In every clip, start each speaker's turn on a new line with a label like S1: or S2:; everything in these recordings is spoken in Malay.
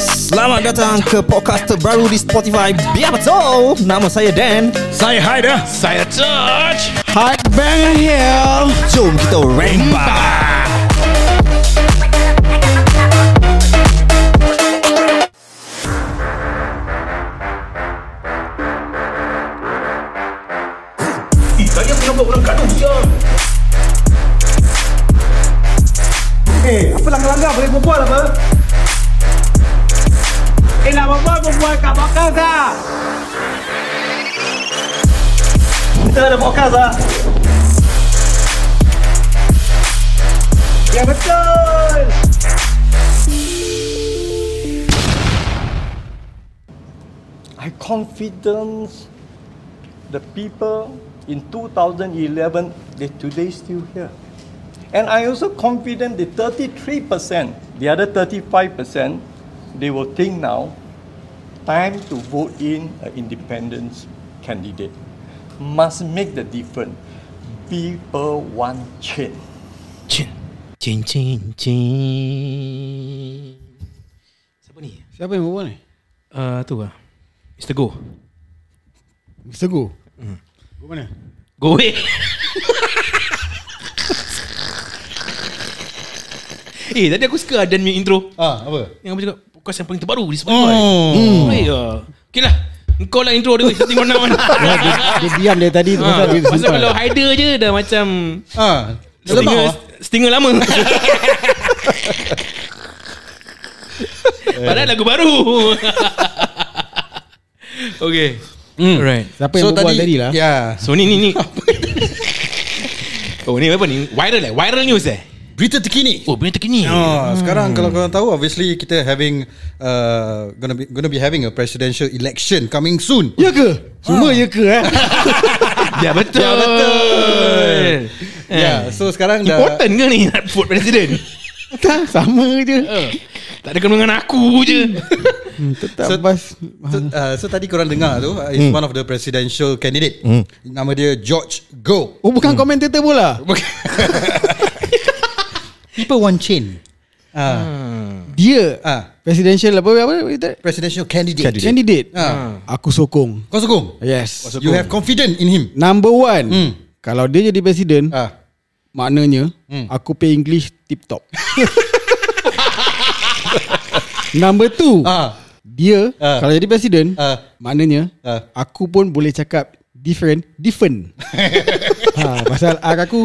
S1: Selamat datang ke podcast terbaru di Spotify Biar betul Nama saya Dan
S2: Saya Haider
S3: Saya George
S2: Hard Banger Hill
S1: Jom kita remba
S3: Saya punya buat orang gaduh ya
S2: Eh, apa langgar-langgar boleh berbual apa? Eh, nak berbual, berbual kat ah. bakal tak? Kita ada podcast lah Ya betul
S4: I confidence the people in 2011 they today still here. And I also confident the 33%, the other 35%, they will think now time to vote in an independent candidate. Must make the difference. People want change.
S1: Cin Cin cin cin
S5: Siapa ni?
S2: Siapa yang berbual ni? Eh,
S5: Uh, tu lah Mr. Go
S2: Mr. Go Go mana?
S5: Go away Eh tadi aku suka Adan punya intro
S2: Ah, apa?
S5: Yang aku cakap Podcast yang paling terbaru di Spotify oh. hmm. Weh, ah. Okay lah Kau lah intro dia weh Sitting on now kan
S2: Dia diam dari tadi tu pasal
S5: Ah,
S2: dia
S5: Pasal
S2: simpan.
S5: kalau Haider je Dah macam
S2: Ah,
S5: Stinger, stinger lama Padahal lagu baru Okay mm. Alright
S2: Siapa yang berbual tadi lah?
S6: Ya
S5: So ni ni ni Oh ni apa ni Viral eh Viral news eh
S6: Berita terkini
S5: Oh benda terkini
S6: Oh, sekarang kalau korang tahu obviously kita having uh, gonna be gonna be having a presidential election coming soon.
S2: Ya ke? Semua ya ke eh?
S5: Ya betul Ya betul
S6: yeah, so sekarang dah
S5: Important ke ni Nak vote president
S2: Tak, sama je
S5: Eh, Tak ada kena dengan aku je
S2: Tetap
S6: So-
S2: bas
S6: So, uh, so tadi korang dengar tu uh, is one of the presidential candidate. Nama dia George Go.
S2: Oh bukan komentator bola
S6: People want change. Ah,
S2: Dia
S6: ah,
S2: Presidential apa apa apa
S6: presidential candidate.
S2: Candidate
S6: Ah.
S2: Aku sokong
S6: Kau sokong?
S2: Yes
S6: You have confident in him.
S2: Number one
S6: Hmm.
S2: Kalau dia jadi presiden
S6: Ah. Hmm.
S2: Maknanya Aku pay English tip top Number two
S6: Ah.
S2: Dia
S6: Ah.
S2: Kalau jadi presiden
S6: Ah.
S2: Maknanya
S6: Ah.
S2: Aku pun boleh cakap Different Different ha, Pasal R aku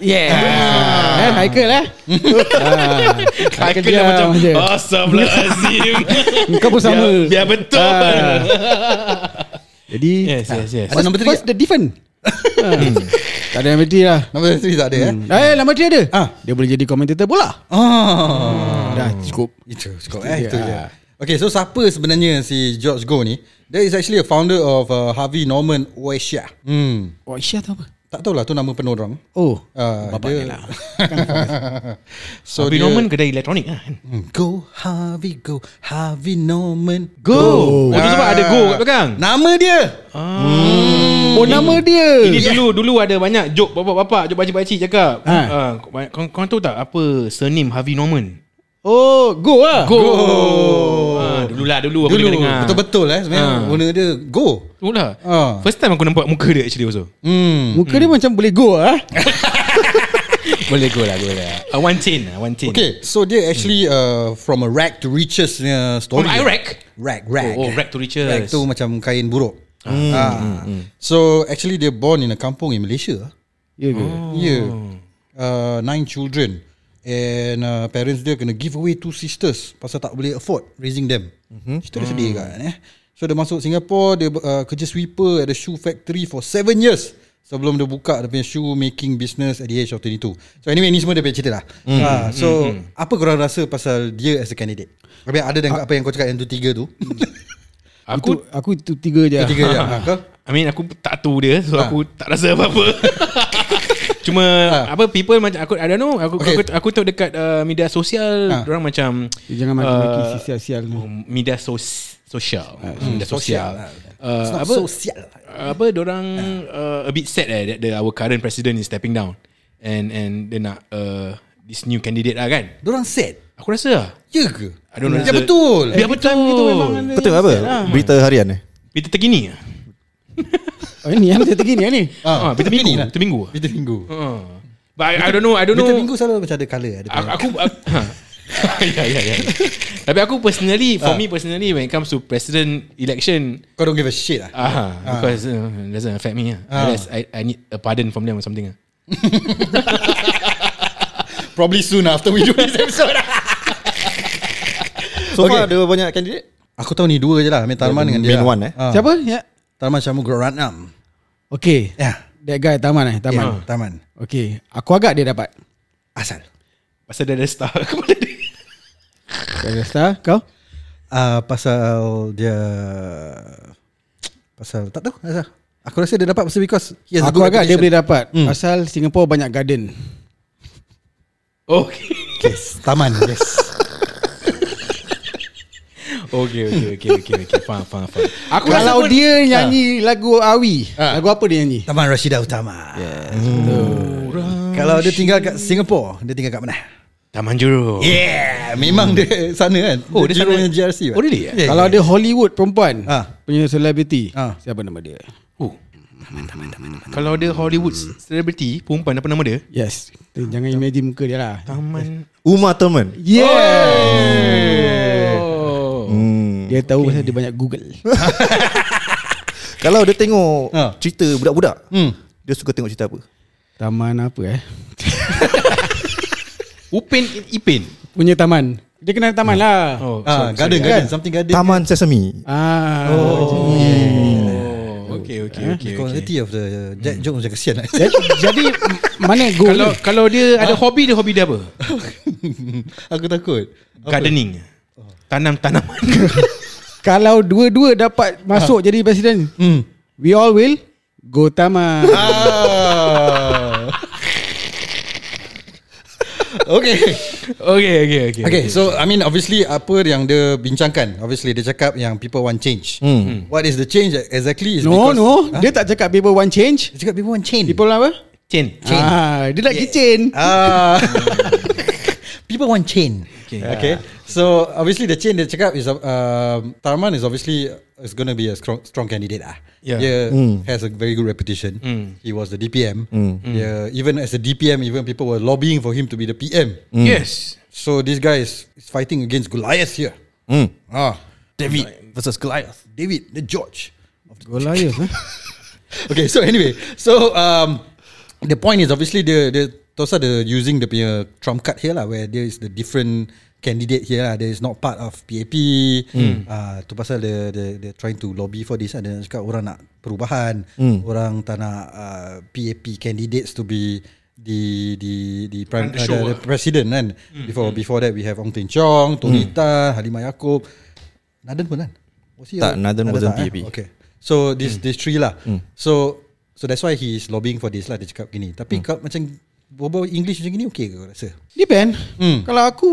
S5: Yeah
S6: Ah.
S2: Kan Haikal eh ha,
S5: Aku dah lah macam
S6: "Ah,
S5: Astagfirullahaladzim
S2: Kau pun sama Ah.
S5: Ya betul
S2: Jadi
S5: Yes yes yes
S6: Ada nombor tiga?
S2: What's the difference ha. Tak ada yang berarti lah
S6: Number three tak ada eh.
S2: Hmm. Eh, lama dia ada.
S6: Ah.
S2: Dia boleh jadi komentator bola. Ah,
S6: Oh.
S2: Dah cukup.
S6: Itu cukup eh.
S2: dia.
S6: Itu je. Okay, so siapa sebenarnya si George Go ni? There is actually a founder of uh, Harvey Norman Oasia. Hmm.
S2: Oh, Aisyah tahu apa?
S6: Tak tahulah tu nama penuh orang.
S2: Oh.
S6: Uh,
S2: Bapak dia lah.
S6: so
S5: Tapi
S6: dia,
S5: Norman kedai elektronik kan
S6: Hmm, Go Harvey Go Harvey Norman Go
S5: Oh
S2: Ah.
S5: tu sebab ada go kat belakang Ah.
S6: Nama dia
S2: Oh, nama dia.
S5: Ini dulu dulu ada banyak joke bapak-bapak, joke pakcik-pakcik cakap.
S2: Ha.
S5: Ha. Uh, kau, kau tahu tak apa surname Harvey Norman?
S2: Oh, go lah.
S5: Go. Ha, dululah dulu apa
S6: Dulu
S5: kita dengar.
S6: Betul-betul eh Sebenarnya
S5: Ah.
S6: Guna dia Go
S5: Itulah.
S6: Ah.
S5: First time aku nampak muka dia actually also.
S6: Hmm.
S2: Muka dia macam boleh go lah.
S5: boleh go lah, boleh lah. Uh, one chain lah, one chain.
S6: Okay So dia actually uh, From a rag to riches uh, Story
S5: From Iraq.
S6: Rag rag
S5: Oh, oh, rag to riches.
S6: Rag tu macam kain buruk Ah. So actually dia born in a kampung in Malaysia
S2: Ya ke?
S6: Yeah.
S5: Hmm.
S6: Uh, nine children. And uh, parents dia kena give away two sisters pasal tak boleh afford raising them.
S5: Mhm.
S6: Mm-hmm. Cerita dia sedih kan eh. So dia masuk Singapore, dia uh, kerja sweeper at a shoe factory for seven years. Sebelum dia buka dia punya shoe making business at the age of 22. So anyway, ni semua dia punya cerita lah.
S5: Hmm.
S6: Mm. Uh, so, mm-hmm. apa korang rasa pasal dia as a candidate? Habis ada
S5: Ah.
S6: dengan apa yang kau cakap yang tu tiga tu?
S2: Aku
S5: Aku
S2: aku itu tiga je.
S6: tiga je. Ha, kau?
S5: I mean aku tak tahu dia
S6: Ha.
S5: So aku tak rasa apa-apa Cuma Apa people macam Aku I don't know Aku
S6: Ha. Okay.
S5: okay. aku, aku tahu dekat uh, Media sosial
S6: Ah.
S5: Orang macam
S2: Eh, Jangan maki-maki
S5: ah,
S2: si sial-sial ni.
S5: media sos sosial Hmm, media
S6: Ha, sosial
S5: sosial
S6: lah.
S5: uh,
S6: It's not lah.
S5: apa
S6: social.
S5: apa orang uh, a bit sad eh that the, our current president is stepping down and and dia nak uh, this new candidate lah kan.
S6: Diorang sad
S5: Aku rasa lah.
S6: Ya ke?
S5: I don't know.
S6: Ya betul
S5: Biar betul.
S1: Betul apa?
S2: Ah.
S1: Berita harian ni.
S5: Berita terkini lah.
S2: Oh, ini yang terkini ni.
S5: Ah, berita minggu.
S6: Ya, ni lah.
S5: Berita minggu.
S6: Berita minggu
S5: Ah. But I, I don't know. I don't know.
S6: Berita minggu selalu macam ada colour ada
S5: Aku, aku ha. ya, ya, ya. Tapi aku personally, for me personally, when it comes to president election,
S6: Kau don't give a shit lah
S5: ah, because uh, it doesn't affect me. Uh. Unless I, I need a pardon from them or something. ah.
S6: Probably soon after we do this episode lah.
S1: So far ada banyak kandidat.
S6: Aku tahu ni dua je lah Amir Tarman dengan
S1: main
S6: dia lah.
S1: one, eh?
S6: Ah.
S2: Siapa? Ya.
S6: Tarman Syamu Guratnam
S2: Okay.
S6: Ya
S2: That guy Taman eh, Taman.
S6: Taman Taman
S2: Okay. Aku agak dia dapat.
S6: Asal
S5: Pasal dia ada star kepala dia.
S2: Kau star kau?
S6: Ah, Pasal dia Pasal Tak tahu Asal Aku rasa dia dapat pasal because he has a
S2: Aku
S6: good
S2: agak dia
S6: reputation.
S2: boleh dapat. Asal Singapura banyak garden.
S5: Okay.
S6: Yes Taman Yes
S5: Okay, okay, okay, okay, okay. Faham, faham, faham. Aku rasa
S2: Kalau
S5: pun,
S2: dia nyanyi lagu Awi, lagu apa dia nyanyi?
S6: Taman Rashida Utama yes. Kalau dia tinggal kat Singapore Dia tinggal kat mana?
S5: Taman Jurong.
S6: Yeah Memang dia sana kan
S5: Oh, dia
S6: Jurong
S5: sana.
S6: yang GRC kan?
S5: Oh, really?
S6: yeah,
S2: Kalau ada Hollywood perempan
S6: Ah.
S2: punya selebriti,
S6: Ah.
S2: siapa nama dia?
S5: Oh. Kalau ada Hollywood celebrity, perempuan apa nama dia?
S2: Yes. Eh, Jangan imagine muka dia lah.
S5: Taman.
S1: Uma Thurman.
S2: Yeah.
S5: Oh.
S2: Dia tahu pasal dia banyak Google.
S1: Kalau dia tengok
S2: Ah.
S6: Ha.
S1: cerita budak-budak,
S6: Hmm.
S1: dia suka tengok cerita apa?
S2: Taman apa eh?
S5: Upin Ipin.
S2: Punya taman. Dia kena ada taman lah.
S5: Oh,
S6: ah,
S5: sorry, sorry.
S6: Garden
S2: Kan?
S6: garden Something garden
S1: Taman Sesame.
S2: Ah. Oh.
S5: Oh, okay, okay,
S6: The
S5: okay. okay.
S6: quality of the That joke macam kesian lah
S2: Jadi, jadi mana go?
S5: Kalau kalau dia ada hobi dia hobi dia apa?
S6: Aku takut
S5: Gardening. Tanam tanaman.
S2: kalau dua-dua dapat masuk jadi presiden,
S6: Hmm. Ha.
S2: we all will go taman.
S6: Ah. okay.
S5: okay, okay, okay.
S6: Okay, so I mean obviously apa yang dia bincangkan, obviously dia cakap yang people want change. Hmm. What is the change exactly? Is
S2: no,
S6: because, Ha.
S2: no. Dia tak cakap people want change.
S6: Dia cakap people want change.
S2: People apa?
S5: Chain.
S2: Ah, dia nak kitchen.
S6: Ah. People want chain. Okay. okay. So obviously the chain dia cakap is uh, Tarman is obviously uh, is going to be a strong strong candidate ah.
S5: Yeah.
S6: Dia has a very good reputation. He was the DPM. Yeah, even as a DPM even people were lobbying for him to be the PM.
S5: Yes.
S6: So this guy is, is fighting against Goliath here.
S1: Hmm.
S6: Ah,
S1: David versus Goliath.
S6: David the George.
S2: Goliath. eh?
S6: Okay, so anyway, so um, the point is obviously the the Tosa the using the punya trump card here lah, where there is the different candidate here lah. There is not part of PAP. Mm. Uh, tu pasal the the they trying to lobby for this. Ada cakap orang nak perubahan, orang tak nak uh, PAP candidates to be the the the prime uh, the, the president kan. Before before that we have Ong Teng Cheong, Tonita, Halimah Yacob, Naden pun kan. Was he
S1: Tak,
S6: a-
S1: Nathan
S6: ada
S1: wasn't
S6: tak, eh?
S1: PAP.
S6: Okay. So this
S1: Hmm.
S6: this three lah. So so that's why he is lobbying for this lah dia cakap gini.
S1: Hmm.
S6: Tapi kau macam berbual English macam gini okay ke kau rasa?
S2: Depend. Kalau aku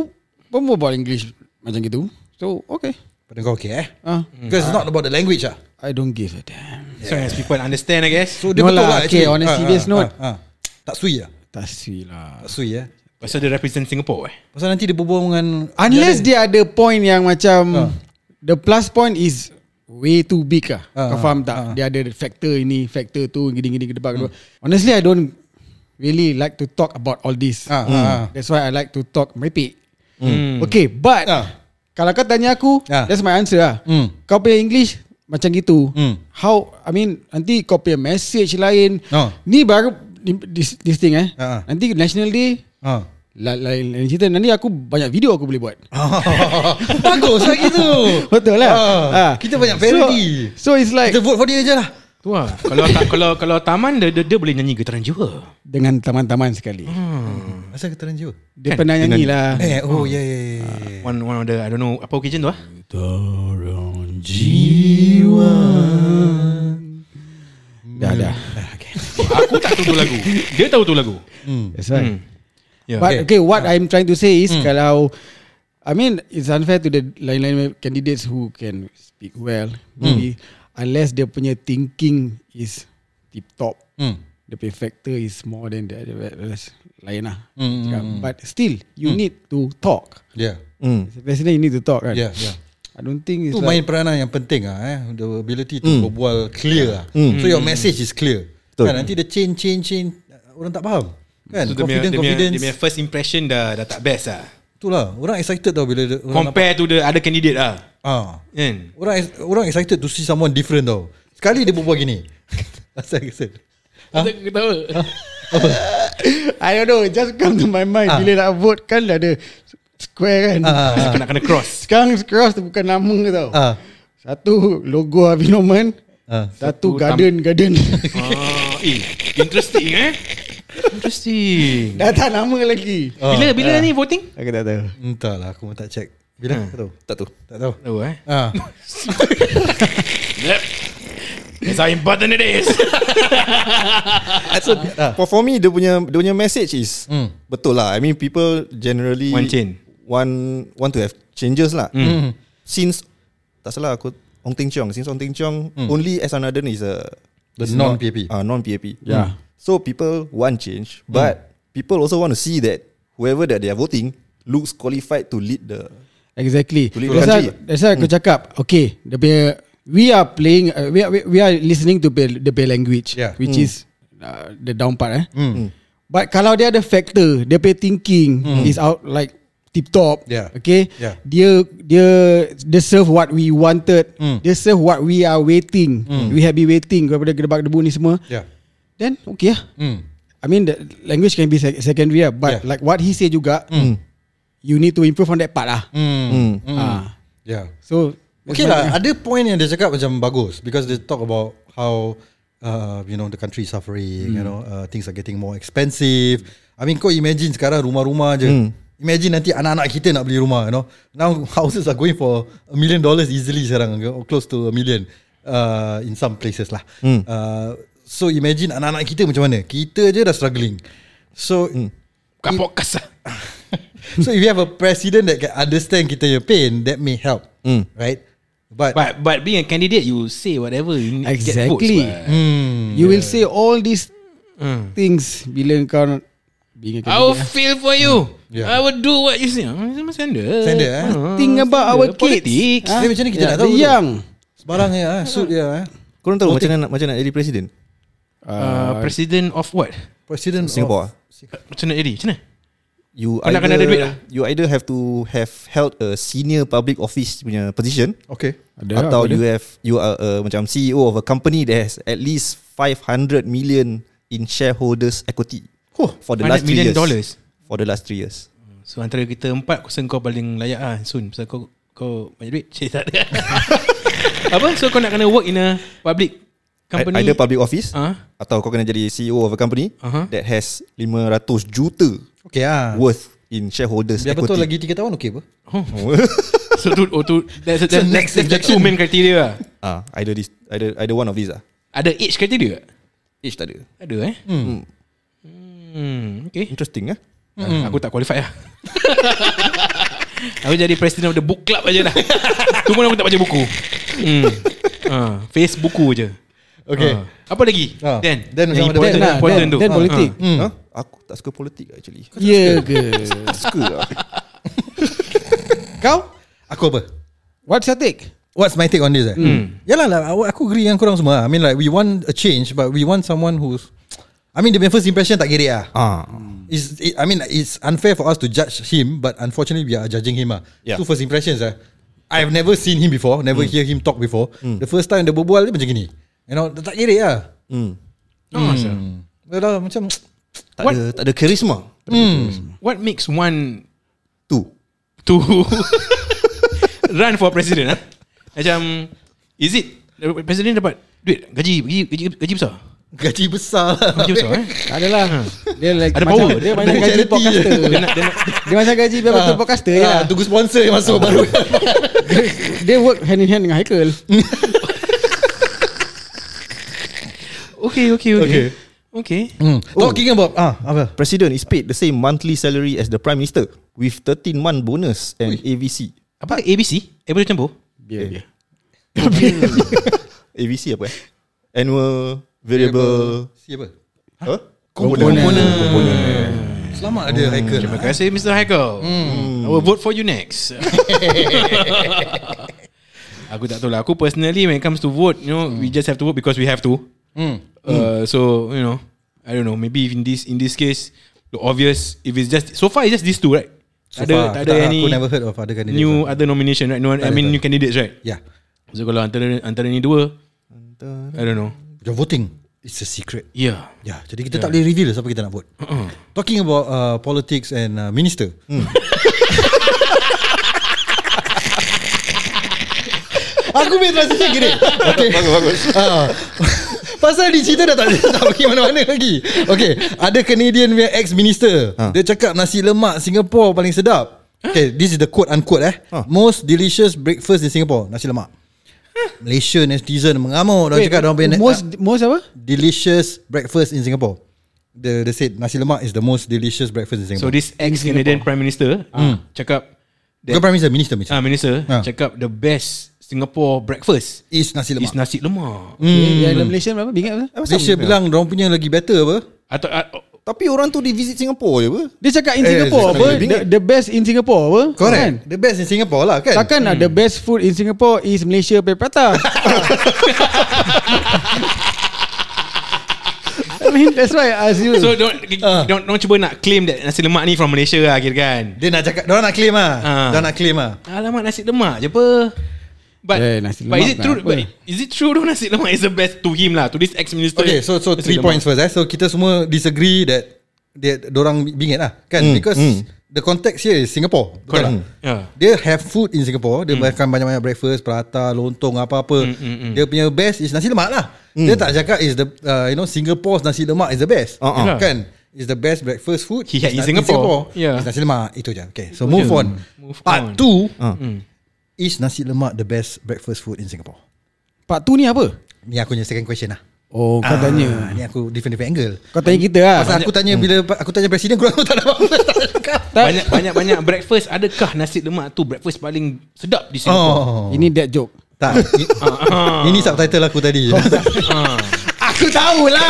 S2: pun berbual English macam gitu. So, okay.
S6: Pada kau okay eh?
S2: Ah,
S6: Because it's not about the language ah.
S2: I don't give a damn.
S5: So as people understand, I guess.
S6: So
S2: No lah, okay, on a
S6: Ah, ah,
S2: serious note.
S6: ah, ah. Tak sui lah.
S2: Tak sui lah.
S6: Tak sui eh.
S5: Pasal dia represent Singapore eh.
S6: Pasal nanti dia berbual dengan
S2: Unless dia ada point yang
S6: Ah.
S2: macam the plus point is way too big lah.
S6: Ah, Hmm.
S2: Kau faham tak? Dia ada factor ini, factor tu, gini-gini ke depan. ke depan. Honestly, I don't really like to talk about all this. Hmm.
S6: Ah, ah, ah.
S2: That's why I like to talk merepek. Hmm. Okay, but
S6: Ah.
S2: kalau kau tanya aku,
S6: Ah.
S2: that's my answer lah.
S6: Hmm.
S2: Kau punya English macam gitu.
S6: Hmm.
S2: How, I mean, nanti kau punya message lain.
S6: Ah.
S2: Ni baru, ni- this, this thing eh.
S6: Ah, ah.
S2: Nanti National Day,
S6: Ah.
S2: La- Lain lain cerita Nanti aku banyak video aku boleh buat
S6: Bagus lah gitu.
S2: Betul lah
S6: Ah, Kita banyak parody.
S2: so, so it's like
S6: Kita vote for dia je lah.
S5: Tu lah. kalau ta, kalau kalau taman dia, dia, dia boleh nyanyi getaran jiwa.
S2: Dengan taman-taman sekali
S6: Asal keteran jiwa?
S2: Dia pernah nyanyi lah
S6: Hmm. Kan? Eh, oh ya ya ya.
S5: One one of the I don't know apa occasion tu ah.
S2: Dah dah
S5: Aku tak tahu tu lagu. Dia tahu tu lagu.
S2: That's right
S5: Hmm. Yeah.
S2: But okay, what
S6: Ah.
S2: I'm trying to say
S6: Hmm.
S2: is kalau I mean it's unfair to the lain-lain candidates who can speak
S6: Hmm.
S2: well maybe unless dia punya thinking is tip top.
S6: Hmm.
S2: the pay factor is more than the other that's lain lah.
S6: Hmm,
S2: Cakap, But still you need to talk.
S6: Yeah.
S1: Hmm.
S2: As a President you need to talk kan.
S6: Yeah, yeah.
S2: I don't think it's
S6: Itu main
S2: like, Hmm.
S6: peranan yang penting ah eh. The ability to berbual clear ah. So your message is clear.
S1: Betul.
S6: Kan nanti the chain chain chain orang tak faham. Kan?
S5: So, dia punya,
S6: confidence
S5: dia, punya, dia
S6: confidence.
S5: punya first impression dah dah tak best lah.
S6: Itulah orang excited tau bila dia- orang nampak-
S5: Compare to the other candidate lah.
S6: ah.
S5: Kan?
S6: Orang ex- orang excited to see someone different tau. Sekali dia berbual gini. Asal kesan.
S5: Ketawa.
S2: I don't know it just come to my mind bila nak vote kan dah ada square kan.
S6: Ah.
S5: Kena kena cross.
S2: Sekarang cross tu bukan nama ke tau.
S6: Ah.
S2: Satu logo Harvey Norman,
S6: Ah.
S5: Satu
S2: satu, garden garden.
S5: Ah, eh, interesting eh. Interesting.
S2: dah tak nama lagi.
S6: Ah.
S5: Bila bila ni voting?
S2: Aku tak tahu.
S6: Entahlah lah, aku pun tak check. Bila kau
S5: Hmm.
S6: tahu?
S1: Tak tahu.
S6: Tak tahu.
S5: Oh eh.
S6: Ah.
S5: Yep. That's how important it is.
S1: So,
S5: Ah.
S1: uh, for, for me, dia punya dia punya message is
S6: Hmm.
S1: betul lah. I mean, people generally
S5: Want change.
S1: want want to have changes lah. Mm.
S5: Hmm.
S1: Since tak salah aku Ong Ting Cheong. Since Ong Ting Cheong
S5: Hmm.
S1: only as another is a
S6: The
S1: is not-
S6: non-PAP.
S1: Ah, non PAP.
S2: Yeah.
S1: So people want change, but
S5: Hmm.
S1: people also want to see that whoever that they are voting looks qualified to lead the.
S2: Exactly.
S1: To lead
S2: That's
S1: the
S2: why,
S1: country.
S2: that's why
S6: Hmm.
S2: aku cakap, okay, the bear, we are playing, uh, we, are, we- we are listening to bear, the bear language,
S6: Yeah. Hmm.
S2: which is uh, the down part. Eh. But kalau dia ada factor, dia pay thinking is out like tip top.
S6: Hmm. Yeah.
S2: Okay.
S6: Yeah.
S2: Dia dia dia serve what we wanted.
S6: Hmm.
S2: Dia serve what we are waiting. We have been waiting kepada gedebak debu ni semua.
S6: Yeah.
S2: Then okay lah.
S6: Hmm.
S2: I mean the language can be sec- secondary lah,
S6: Yeah.
S2: but like what he say juga, you need to improve on that part lah.
S6: Hmm.
S2: Ah.
S6: Yeah.
S2: So
S6: Okay lah Ada point yang dia cakap Macam bagus Because they talk about How uh, You know The country is suffering You know uh, Things are getting more expensive I mean kau imagine Sekarang rumah-rumah je Imagine nanti Anak-anak kita nak beli rumah You know Now houses are going for A million dollars easily sekarang you know, Close to a million uh, In some places lah uh, So imagine Anak-anak kita macam mana Kita je dah struggling So
S5: Kapok kasar.
S6: So if you have a president That can understand Kita punya pain That may help Right But,
S5: But but being a candidate you say whatever you need
S2: Exactly.
S5: get votes.
S6: hmm.
S2: you will say all these
S5: Hmm.
S2: things bila kau being a
S5: But I will
S2: candidate.
S5: feel for you.
S6: Hmm. Yeah.
S5: I will do what you say. Ah, Macam mana?
S6: Macam mana, eh?
S2: Think about our
S5: Hmm,
S2: kids. Ya,
S5: Politics.
S6: Ah, Dia macam ni kita
S2: Yeah,
S6: nak tahu
S2: the
S6: tu.
S2: young.
S6: Sebarang ya, eh, suit dia. Eh.
S1: Korang tahu macam mana nak- macam nak jadi presiden?
S6: Ah.
S5: Uh, president of what?
S6: President
S1: Singapore. ah?
S5: Macam nak jadi? Macam mana?
S1: You
S5: Kau nak kena ada duit lah.
S1: you either have to have held a senior public office punya position
S6: Of, okay.
S2: Ada lah,
S1: atau
S2: ada.
S1: you have you are a, macam CEO of a company that has at least 500 million in shareholders equity
S5: Oh,
S1: for the last
S5: 100
S1: three years.
S5: million dollars.
S1: For the last three years.
S5: So antara kita empat Aku rasa kau paling layak lah Soon Pasal kau Kau banyak duit Cik tak ada Apa So kau nak kena work in a Public
S1: Company,
S5: Company
S1: either public office
S5: Ah.
S1: atau kau kena jadi CEO of a company
S5: Aha.
S1: that has 500 juta
S6: Okay ah.
S1: worth in shareholders
S6: Biar
S1: equity.
S6: betul lagi 3 tahun okay apa?
S5: So tu, oh, tu That's, that's,
S6: So
S5: that's,
S6: next
S5: that's, that's the two
S6: injection.
S5: main criteria lah
S1: Ah, either this either either one of these ah.
S5: Ada age criteria tak?
S1: Age tak ada.
S5: Ada eh
S1: Hmm.
S5: hmm, Okay
S1: Interesting ah.
S5: hmm. Aku tak qualify lah Aku jadi president of the book club aja lah Tu pun aku tak baca buku hmm. ah, Face buku je
S6: Okay.
S5: Ah. Apa lagi?
S6: Ah.
S5: Then
S6: Then macam
S5: Yang
S6: mana?
S5: important,
S2: Then lah,
S5: important
S2: then-
S5: tu
S2: then
S5: Ah.
S2: politik.
S1: Hmm. Huh? Aku tak suka politik actually.
S2: Ya ke?
S1: Tak suka lah.
S2: Kau?
S6: Aku apa?
S2: What's your take?
S6: What's my take on this? Eh? Hmm. Yalah lah, aku- aku agree dengan korang semua. ah. I mean like we want a change but we want someone who's I mean the first impression tak gerik ah.
S1: Ah.
S6: It's, it, I mean it's unfair for us to judge him but unfortunately we are judging him ah.
S1: Yeah.
S6: Two first impressions ah. I've never seen him before, never hear him talk before. The first time dia berbual dia macam gini. You know, tak gerik ah.
S1: Hmm.
S5: Ah, sir.
S6: Yalah macam
S1: Tak
S5: What?
S1: ada tak ada karisma.
S5: What makes one
S1: Tu.
S5: to run for president? ah? Macam is it president dapat duit gaji gaji gaji, gaji besar?
S6: gaji besar lah.
S5: Gaji besar eh?
S2: Adalah. Dia like
S5: Ada
S2: macam-
S5: power.
S2: Dia macam
S6: Ada
S2: gaji
S6: charity.
S2: podcaster.
S5: Dia nak, dia nak
S2: Dia macam gaji biar betul podcaster ya.
S6: Ah, Tunggu sponsor yang masuk baru
S2: Eh, Dia work hand in hand dengan Haikal.
S5: okay, okay, okay.
S6: Okay.
S5: Okay.
S6: hmm. Talking about ah, apa?
S1: President is paid the same monthly salary as the Prime Minister with 13 month bonus and AVC.
S5: Apa ABC? Average tempo?
S1: Yeah. AVC apa eh? Annual Variable
S6: Si apa?
S1: Huh?
S5: Komponen.
S6: Selamat ada Haikal.
S5: Terima kasih Mr. Haikal.
S6: Hmm.
S5: I will vote for you next. aku tak tahu lah. Aku personally when it comes to vote, you know,
S6: Hmm.
S5: we just have to vote because we have to. Uh, so, you know, I don't know. Maybe if in this in this case, the obvious if it's just so far it's just these two, right?
S6: So
S5: ada
S6: far,
S5: tak ada
S6: tak-
S5: any
S6: aku never heard of other candidates
S5: new
S6: lah.
S5: other nomination, right? No, I
S6: ada,
S5: mean
S6: tak
S5: new candidates, right?
S6: Yeah.
S5: So kalau antara antara ni dua, I don't know.
S6: You're voting. It's a secret.
S5: Yeah.
S6: Ya, yeah, jadi kita yeah. tak boleh reveal siapa kita nak vote. Uh-uh. Talking about uh, politics and uh, minister. Hmm. Aku punya transition gini. Okay. Bagus, bagus. Uh, pasal ni cerita dah tak, tak pergi mana-mana lagi. Okay, ada Canadian punya ex-minister. Dia cakap nasi lemak Singapore paling sedap. Okay, this is the quote unquote eh. Most delicious breakfast in Singapore, nasi lemak. Malaysian netizen mengamuk. Dia
S2: Wait,
S6: cakap dia punya
S2: most most apa?
S6: delicious breakfast in Singapore. The they said nasi lemak is the most delicious breakfast in
S5: So
S6: Singapore. So
S5: this ex-Canadian Prime Minister ah,
S6: Hmm.
S5: cakap
S6: Bukan prime minister, minister
S5: Ah,
S6: macam.
S5: Minister
S6: Ah.
S5: cakap the best Singapore breakfast
S6: is nasi
S5: lemak.
S6: lemak.
S5: is nasi lemak.
S2: Hmm. Yang dalam Malaysia berapa? Bingat apa?
S6: Malaysia bilang orang punya lagi better apa?
S5: Atau uh,
S1: Tapi orang tu di visit Singapore je apa?
S2: Dia cakap in
S6: Eh,
S2: Singapore
S6: sorry,
S2: apa?
S6: bingat.
S2: The, the best in Singapore apa? Kan?
S6: Correct. The best in Singapore lah kan?
S2: Takkan hmm. the best food in Singapore is Malaysia pay prata. I mean that's why I ask you.
S5: So
S2: So,
S6: Hmm.
S5: don't,
S6: Ha.
S5: don't don't cuba nak claim that nasi lemak ni from Malaysia lah kira kan.
S6: Dia nak cakap, dia nak claim ah.
S5: Ah.
S6: Dia nak claim ah.
S5: Alamak nasi lemak je apa. But,
S2: Eh,
S5: yeah,
S2: nasi
S5: but is
S2: lemak
S5: it true?
S2: lah.
S5: But is it true though nasi lemak is the best to him lah to this ex minister?
S6: Okay, so so three points first eh. So kita semua disagree that that orang bingit lah kan? Mm, Because mm. the context here is Singapore.
S5: Hmm,
S6: Betul
S5: Correct. Hmm.
S6: lah.
S5: Yeah.
S6: Dia have food in Singapore. Dia
S5: Hmm.
S6: mm. makan banyak-banyak breakfast, prata, lontong, apa-apa. Mm, mm, mm. Dia punya best is nasi lemak lah. Mm. Dia tak cakap is the uh, you know Singapore's nasi lemak is the best.
S1: Uh-uh.
S5: Yelah.
S6: Kan? Is the best breakfast food
S5: He had in
S6: is na-
S5: Singapore.
S6: Singapore.
S5: Yeah.
S6: Is nasi lemak itu je. Okay, so move
S5: Yeah.
S6: on.
S5: Move on. Hmm.
S6: Part two
S1: Ah.
S6: is nasi lemak the best breakfast food in Singapore.
S2: part tu ni apa?
S6: Ni aku punya second question lah.
S2: Oh kau
S6: Ah,
S2: tanya.
S6: ni aku different different angle.
S2: Kau tanya kita lah.
S6: Pasal aku tanya bila aku tanya presiden kurang aku tak ada apa-apa.
S5: Banyak banyak banyak breakfast. Adakah nasi lemak tu breakfast paling sedap di Singapore?
S6: Oh.
S2: Ini that joke.
S6: Tak. i-
S5: Ah.
S6: Ini subtitle aku tadi.
S5: Aku tahulah.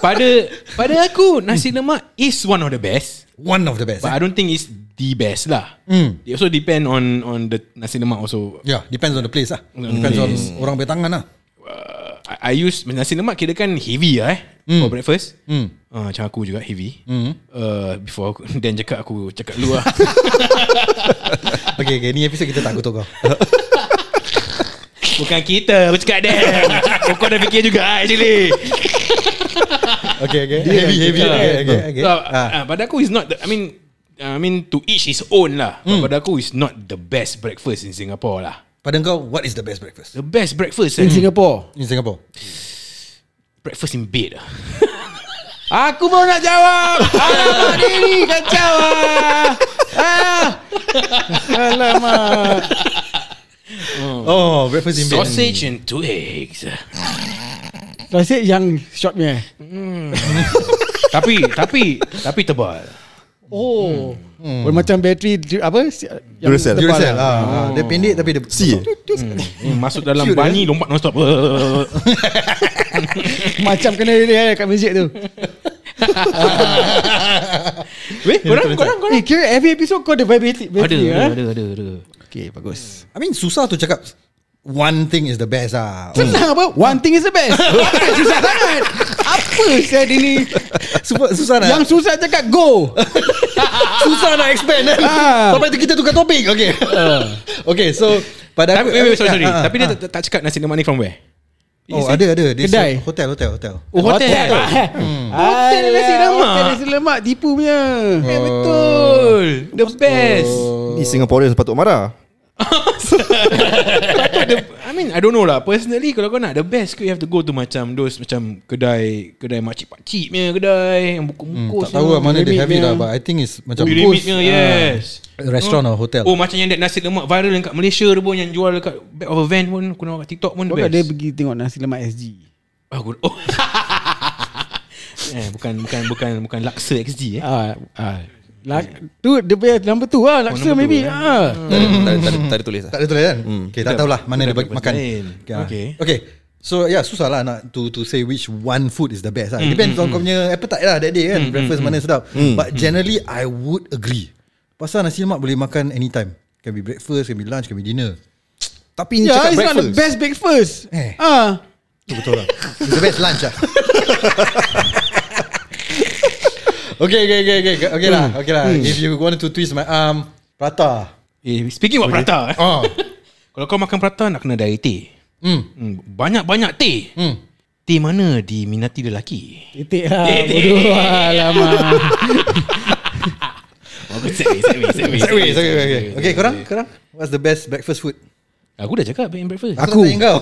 S5: pada pada aku nasi lemak is one of the best.
S6: One of the best.
S5: But I
S6: eh?
S5: don't think it's the best lah.
S6: Mm.
S5: It also depend on on the nasi lemak also.
S6: Yeah, depends on the place lah.
S5: On the
S6: Depends on
S5: place.
S6: orang punya tangan lah.
S5: Uh, I, I use nasi lemak kira kan heavy lah eh
S6: Hmm.
S5: mm. for breakfast. Mm. Uh, macam aku juga heavy. Mm. Uh, before aku then cakap aku cakap lu lah.
S6: Okay, okay. Ni episode kita tak kutuk kau.
S5: Bukan kita, aku cakap dia. Kau dah fikir juga ah, actually.
S6: Okay, okay. heavy, heavy.
S5: Yeah.
S6: Okay, okay. okay.
S5: Okay. So,
S6: Ah.
S5: uh, pada aku is not the, I mean ah, I mean to each his own lah. Mm.
S6: Hmm.
S5: Pada aku is not the best breakfast in Singapore lah.
S6: Pada kau, what is the best breakfast?
S5: The best breakfast
S2: In
S5: eh.
S2: Singapore.
S6: In Singapore.
S5: breakfast in bed lah.
S2: Aku baru nak jawab. Alamak diri kacau ah. ah. Alamak.
S6: Oh, breakfast in bed.
S5: Sausage and two eggs.
S2: Rasa yang short punya.
S5: tapi tapi tapi tebal.
S2: Oh. Hmm. Macam bateri dri- apa? si- yang
S1: Duracell.
S2: tebal
S6: Duracell.
S2: lah.
S6: Ah, ah. Dia pendek tapi dia...
S1: Si je?
S5: Hmm, masuk dalam
S6: Cute, eh?
S5: bani lompat non-stop.
S2: Macam kena dia kat muzik tu.
S5: Weh, korang korang korang. eh?
S2: Eh, kira every episode kau ada vibrating. eh?
S5: Ada ada ada ada. ada.
S2: Okay, bagus.
S6: I mean, susah tu cakap one thing is the best lah.
S2: Senang apa? One thing is the best. susah sangat. Apa saya dia ni?
S6: Super, susah nak
S2: Yang susah cakap go.
S6: susah nak expand kan?
S2: Ah.
S6: Sampai tu kita tukar topik Okay Okay so Pada
S5: Tapi
S6: aku
S5: wait, wait, sorry, sorry.
S6: Ah, ah,
S5: Tapi dia
S6: ah.
S5: tak, tak cakap nasi lemak ni from where?
S6: Oh ada ada Dia se-
S2: Kedai.
S6: Hotel hotel hotel
S5: Oh, hotel.
S2: Hmm.
S5: Hotel nasi lemak.
S2: Hotel nasi lemak tipu punya. Hmm.
S6: Oh.
S5: Eh, betul. The best.
S1: Ni Singaporean sepatut marah.
S5: Patut the, I mean, I don't know lah. Personally, kalau kau nak the best, you have to go to macam those macam kedai kedai makcik-pakcik punya kedai yang
S6: Hmm,
S5: buku-buku.
S6: Tak tahu lah mana dia heavy lah
S5: But
S6: But I think it's Macam
S5: Pyramid
S6: ghost,
S5: punya,
S6: ah,
S5: yes.
S6: Restaurant or hotel
S5: Oh macam yang that nasi lemak viral yang kat Malaysia tu pun yang jual dekat back of a van pun aku nampak kat TikTok pun the
S2: Bukan
S5: best.
S2: kan dia pergi tengok nasi lemak SG.
S5: Ah, good. Oh. eh bukan bukan bukan bukan laksa XD eh.
S2: Ah, ah. Lak, tu dia punya number tu lah Laksa
S5: number
S2: maybe
S5: two, eh.
S2: ah.
S1: Hmm. Tak ada- tak ada- tak ada tulis lah.
S6: Hmm, Tak ada tulis kan Okay tak tahulah Mana dia bagi
S5: Dapat
S6: makan
S5: lain.
S6: Okay, ah.
S5: Okay.
S6: Okay So yeah susah lah nak to to say which one food is the best lah. Depends on kau punya appetite lah that day kan. Breakfast mana sedap. But generally I would agree. Pasal nasi lemak boleh makan anytime. Can be breakfast, can be lunch, can be dinner.
S5: Ya,
S6: Tapi ni
S2: Yeah,
S6: cakap
S2: Ya, it's not the
S6: breakfast.
S2: best breakfast.
S6: Eh.
S2: Ah,
S6: Tu betul lah. It's the best lunch lah. okay, okay, okay, okay, okay lah, okay lah. If you want to twist my arm, prata.
S5: Eh, speaking about prata. eh.
S6: Oh,
S5: Kalau kau makan prata nak kena dari teh.
S6: mm,
S5: Hmm, Banyak-banyak teh.
S6: mm.
S5: Teh mana diminati lelaki?
S2: titik lah. Bodoh Alamak.
S5: Aku set me, set me, set me.
S6: Okay, okay, okay, okay. okay, korang, korang. What's the best breakfast food?
S5: Aku dah cakap bed and breakfast.
S6: Aku tak tanya kau.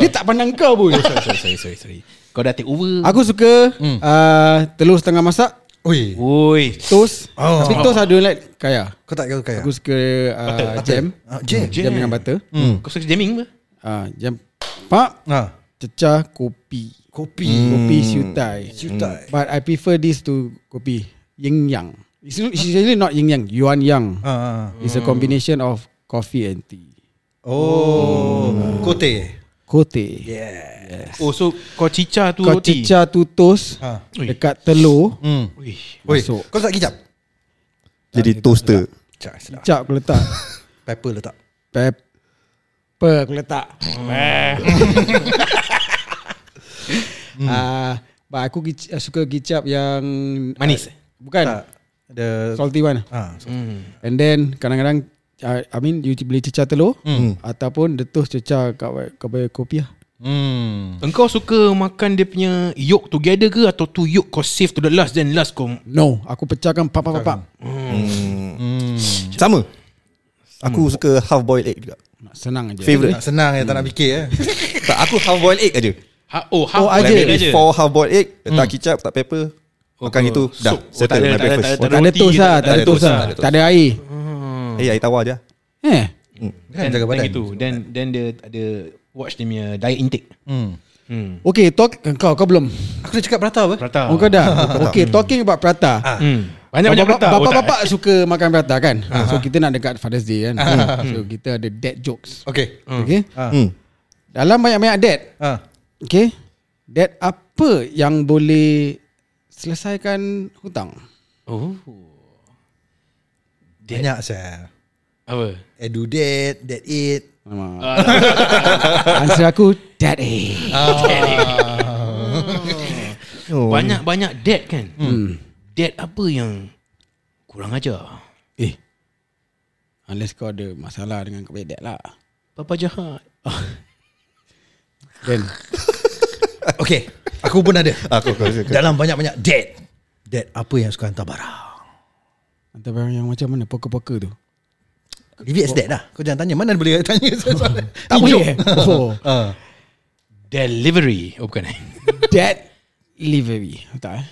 S2: Dia tak pandang kau pun.
S5: sorry, sorry, sorry, sorry. Kau dah take over.
S2: Aku suka ah, telur setengah masak,
S6: Oi,
S5: Oi.
S2: toast.
S6: Oh.
S2: Tapi toast ada like kaya.
S6: kau tak kau kaya.
S2: Aku suka ah, jam.
S6: Ah, jam.
S2: Jam dengan butter.
S5: Hmm. Kau suka jamming ke?
S2: Ah, jam. Pak,
S6: Ah,
S2: cecah kopi.
S6: kopi. Hmm.
S2: Kopi siutai. Hmm.
S6: Siutai.
S2: But I prefer this to kopi. Yin yang. It's, it's usually not yin yang. Yuan yang.
S6: Ah, ah.
S2: It's a combination of coffee and tea.
S6: Oh, kote.
S2: Kote.
S5: Oh, so kau cica tu
S2: Kau
S5: roti.
S2: cicah tu toast
S6: Ah.
S5: Ui.
S2: dekat telur.
S6: Hmm.
S5: Ui.
S6: Oi,
S2: Masuk.
S6: kau tak kicap?
S1: Jadi toaster
S6: Kicap, sedap.
S2: Cicak aku letak.
S6: Pepper letak.
S2: Pepper aku letak.
S6: Hmm.
S2: Ah, but aku gic- suka kicap yang ah,
S5: Manis.
S2: bukan
S6: Tak. The
S2: salty one.
S6: ah, so-
S2: And then kadang-kadang I I mean you boleh cecah telur mm. ataupun detus cecah kat kau boleh kopi lah.
S6: Hmm.
S5: Engkau suka makan dia punya yolk together ke atau tu yolk kau save to the last then last kau
S2: No, aku pecahkan pap pap pap, pap.
S1: Sama Aku suka half boiled egg juga
S2: Nak Senang aje.
S1: Favourite
S6: Tak senang eh, tak nak fikir eh.
S1: Tak aku half boiled egg aja
S5: ha, oh half
S2: Oh, aja.
S1: Like
S5: boiled
S1: maybe four half boiled egg Letak kicap Tak pepper Makan
S5: Oh,
S1: itu
S5: soup.
S1: Dah
S5: Oh, tak
S1: Settle my
S5: ada- tak ada-
S1: breakfast
S5: tak
S2: Tak ada
S5: Roti
S2: toast
S5: je,
S2: lah,
S5: tak
S2: tak ada
S1: ada
S2: toast
S1: toast,
S2: lah.
S1: tak ada toast.
S2: Tak ada air.
S6: Hmm.
S1: Eh air tawar je lah.
S2: Eh.
S6: Kan jaga badan.
S5: gitu then then dia ada watch dia punya diet intake
S6: Hmm.
S5: hmm.
S2: Okay, talk kau kau belum.
S6: Aku dah cakap prata apa? Ah.
S5: prata
S2: Oh, kau dah. Okay, talking about prata.
S5: hmm. banyak-banyak
S2: Bapak-
S5: prata
S2: Bapak-bapak
S5: tak, eh?
S2: suka makan prata kan
S6: Ah.
S2: So kita nak dekat Father's Day kan So kita ada dad jokes
S6: Okay.
S2: Okay
S6: Ah.
S1: Hmm.
S2: Dalam banyak-banyak dad
S6: Ah.
S2: Okay Dad apa yang boleh Selesaikan hutang
S5: oh
S6: Banyak saya.
S5: eh, apa
S6: Edu that, that it.
S2: Alamak. Answer aku Dad eh
S1: Oh.
S5: banyak-banyak dad kan hmm. dad apa yang kurang ajar
S2: Eh Unless kau ada masalah dengan kau punya dad lah
S5: Papa jahat
S2: Then
S6: Okay. Aku pun ada.
S1: Aku aku suka
S6: Dalam banyak-banyak dad. Dad apa yang suka hantar barang?
S2: Hantar barang yang macam mana Poker-poker tu
S6: Leave it as that lah. Kau jangan tanya. Mana boleh tanya soalan.
S2: Tak boleh eh? oh.
S6: Ah.
S5: delivery oh bukan eh
S2: Dad Delivery Tak eh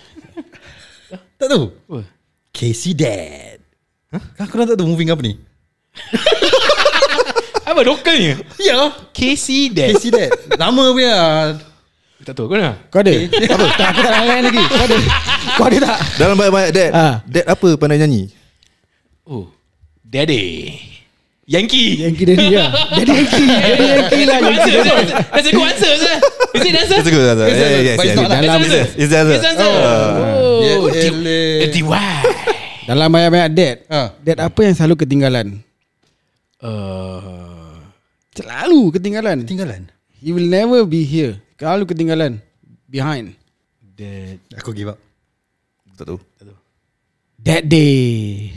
S6: Tak tahu.
S5: Apa?
S6: Casey dad. Hah? Kau orang tak tahu moving apa ni?
S5: apa lokalnya
S6: Ya.
S5: KC dad
S6: Casey dad. Lama punya.
S5: tak tahu kau nak
S2: Kau ada? apa? Tak, aku tak nak lain lagi. Kau ada? Kau ada tak?
S1: Dalam banyak-banyak dad
S2: Ah.
S1: Dad apa pandai nyanyi
S5: oh daddy Yankee
S2: Yankee Daddy lah. Daddy Yankee. Daddy Yankee lah. Yankee Daddy.
S5: That's a good answer, sir. Is it answer?
S1: That's a good answer
S6: It's
S1: Yeah,
S6: a-
S1: yeah, yes,
S6: but it's
S1: yes,
S6: not
S1: yes. It's
S2: lah.
S1: a- It's the answer
S5: It's answer.
S1: Ah.
S5: Oh.
S6: Yeah,
S5: Oh,
S6: yeah,
S5: D-
S6: yeah.
S5: eh, DY.
S2: Dalam banyak-banyak dad.
S6: Ha.
S2: Dad apa yang selalu ketinggalan?
S5: Uh,
S2: Selalu ketinggalan.
S6: Tinggalan.
S2: He will never be here. Selalu ketinggalan. Behind.
S5: that
S6: Aku give up.
S1: Tak tahu
S2: That day.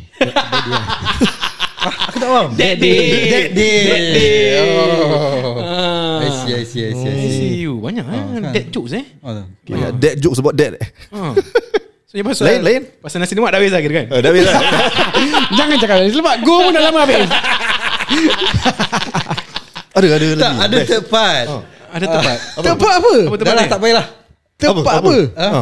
S6: Aku tak faham.
S5: That day.
S6: That day.
S5: That day.
S6: Oh.
S5: Ah.
S6: I see, I see, I see, I
S5: I
S6: see.
S5: see you. Banyak ah.
S6: kan.
S5: Dad jokes eh.
S6: Oh, no.
S1: Yeah, ya, Dad jokes about dad eh.
S5: Ah. So dia pasal
S1: Lain, lain.
S5: Pasal nasi lemak dah habis lah kira kan.
S1: Ah, Dah habis lah
S2: Jangan cakap lagi. Sebab go pun dah lama habis.
S1: Ada ada
S6: Tak,
S1: lagi
S6: ada
S1: Best.
S6: third part.
S5: Ada tepat.
S2: Tepat apa?
S5: Apa
S6: Dah
S5: tepat
S6: lah,
S5: dia?
S6: tak payahlah.
S1: Ah,
S2: Tepat apa?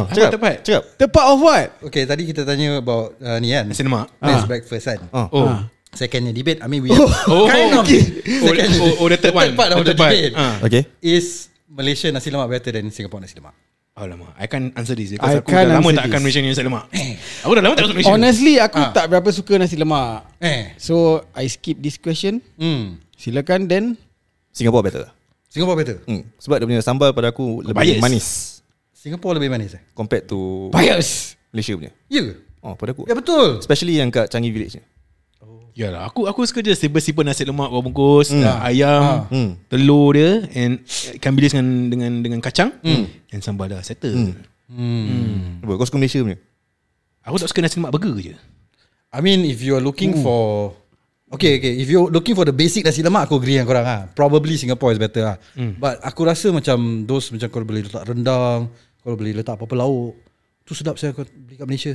S5: Apa
S1: Cakap
S5: tepat?
S1: Cakap
S2: Tepat of what?
S6: Okay, tadi kita tanya about uh, ni kan.
S5: Nasi lemak.
S6: Best breakfast kan.
S1: Ah.
S5: Oh.
S6: Secondnya debate, I mean we oh,
S5: Oh,
S6: kind of
S5: oh, oh, the third one.
S6: part of
S5: The
S6: the,
S5: third part.
S6: debate
S5: Ah.
S1: Okay
S6: is Malaysia nasi lemak better than Singapore nasi lemak.
S5: Alamak, I can't answer this eh,
S2: I
S5: because aku
S2: can't
S5: dah lama
S2: answer
S5: tak akan
S2: this.
S5: Malaysian ni nasi lemak. Aku dah lama tak masuk Malaysia.
S2: Honestly, aku
S6: Ah.
S2: tak berapa suka nasi lemak.
S6: Eh.
S2: So, I skip this question.
S6: Hmm.
S2: Silakan, Dan.
S1: Singapore better
S6: Singapore better.
S1: Hmm. Sebab dia punya sambal pada aku lebih
S5: Bias.
S1: manis
S6: Singapore lebih manis eh.
S1: compared to
S2: Bias
S1: Malaysia punya.
S6: Ya ke?
S1: Oh, pada aku.
S6: Ya betul.
S1: Especially yang kat Changi Village ni.
S5: Yalah, aku aku suka je siput-siput nasi lemak bawang bungkus, uh, ayam,
S1: Ah. Hmm.
S5: telur dia and ikan bilis dengan dengan dengan kacang and sambal dah settle.
S6: Hmm.
S1: Apa, Kau suka Malaysia punya?
S5: Aku tak suka nasi lemak burger je.
S6: I mean if you are looking Ooh. for Okay okay If you're looking for the basic nasi lemak Aku agree dengan korang lah Probably Singapore is better lah mm. But aku rasa macam Those macam kau boleh letak rendang Kau boleh letak apa-apa lauk Tu sedap saya kau beli kat Malaysia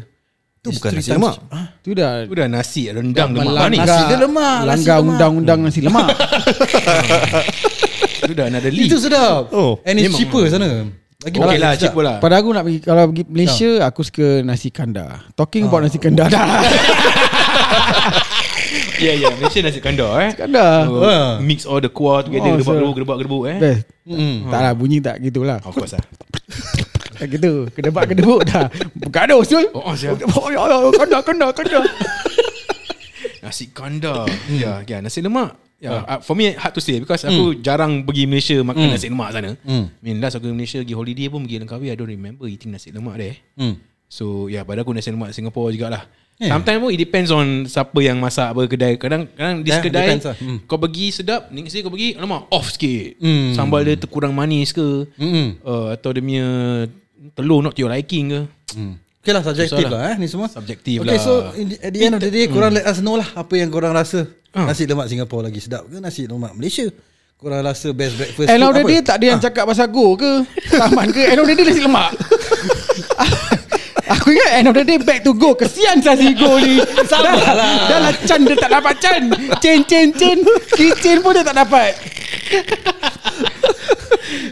S1: Itu
S6: It's
S1: bukan
S6: three
S1: nasi
S6: times-
S1: lemak.
S6: Ah,
S2: Tu dah
S5: Aku dah nasi rendang lemak
S2: melanggar-
S5: manis.
S6: Nasi dia lemak, nasi
S2: Langgar
S6: lemak.
S2: undang-undang nasi lemak
S5: Itu dah another league.
S6: Itu sedap
S1: Oh.
S6: oh, And it's
S5: Memang.
S6: cheaper sana Lagi
S5: Okay lah,
S6: sedap.
S5: cheaper lah.
S2: Pada aku nak pergi Kalau pergi Malaysia Aku suka nasi kandar Talking about nasi kandar dah
S5: Ya, ya. Malaysia nasi kandar eh.
S2: Kandar
S5: Oh,
S6: Ah.
S5: Mix all the kuah together,
S2: Oh, so-
S5: gedebak-gedebuk, gedebak-gedebuk eh.
S2: Best Tak lah bunyi tak gitulah
S5: Of course lah.
S2: Tak gitu Kedebak-kedebuk dah Bergaduh Sul
S5: Oh, oh, siap.
S2: Oh, ya, ya, Kandar kandar kandar
S5: Nasi kandar. Ya, ya, nasi lemak. Ya, uh, for me hard to say because aku jarang pergi Malaysia makan nasi lemak sana. I mean last aku pergi Malaysia pergi holiday pun pergi Langkawi I don't remember eating nasi lemak there.
S6: Hmm.
S5: So yeah, pada aku nasi lemak Singapore jugalah.
S6: Eh.
S5: Yeah. Sometimes pun it depends on siapa yang masak apa kedai. Kadang kadang di
S6: Yeah,
S5: kedai
S6: depends lah. Hmm.
S5: kau pergi sedap, next day kau pergi alamak off sikit. Sambal dia terkurang manis ke
S6: Mm-mm.
S5: uh, atau dia punya telur not to your liking ke.
S2: Hmm.
S6: Okay lah subjective
S5: Susah lah.
S6: lah eh ni semua
S5: Subjective
S6: okay,
S5: lah.
S6: so in the, at the end of the day
S2: Hmm.
S6: Korang let us know lah Apa yang korang rasa
S2: Ah.
S6: Nasi lemak Singapore lagi sedap ke Nasi lemak Malaysia Korang rasa best breakfast
S2: End of
S6: food
S2: the
S6: apa? Ah.
S2: day tak ada yang cakap pasal go ke Taman ke End of the day nasi lemak Aku ingat end of the day back to go Kesian saya si go ni Salah lah Dah lah can dia tak dapat can Chain chain chain Kitchen pun dia tak dapat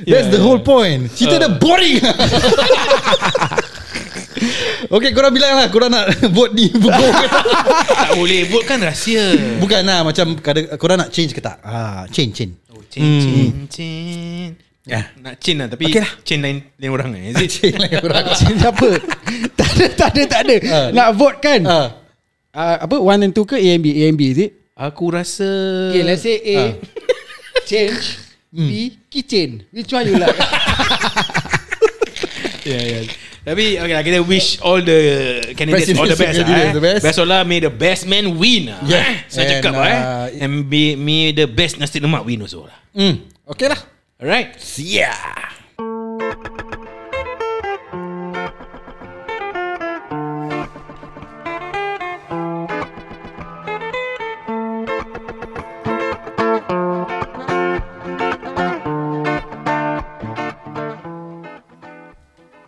S6: That's the whole point Cerita dah
S2: Ah.
S6: boring Okay korang bilang lah Korang nak vote ni go ke tak?
S5: tak boleh vote kan rahsia.
S6: Bukan lah macam kada, Korang nak change ke tak ah, Change change
S5: Oh, chain, hmm. chain, chain.
S6: Yeah.
S5: Nak chain lah tapi okay
S6: Okay Ya. lah.
S5: lah. chain lain, lain orang eh. Is it?
S6: Change lah korang
S2: Siapa Tak ada tak ada tak ada
S6: Ah.
S2: Nak vote kan
S6: ah.
S2: Ah, Apa one and two ke A and B A and B is it
S5: Aku rasa
S2: Okay let's say
S6: Ah.
S2: A Change
S6: Hmm.
S2: B kitchen Which one you like
S5: yeah, yeah. Tapi okay lah, kita wish all the candidates all the best lah. Eh.
S6: Presidential candidates the best.
S5: Best all lah, may the best man win. lah,
S6: Yeah.
S5: Eh. Saya
S6: And,
S5: cakap lah, eh.
S6: uh,
S5: And be, may the best nasi lemak win also lah.
S6: mm. Hmm. Okay lah
S5: Alright.
S6: Yeah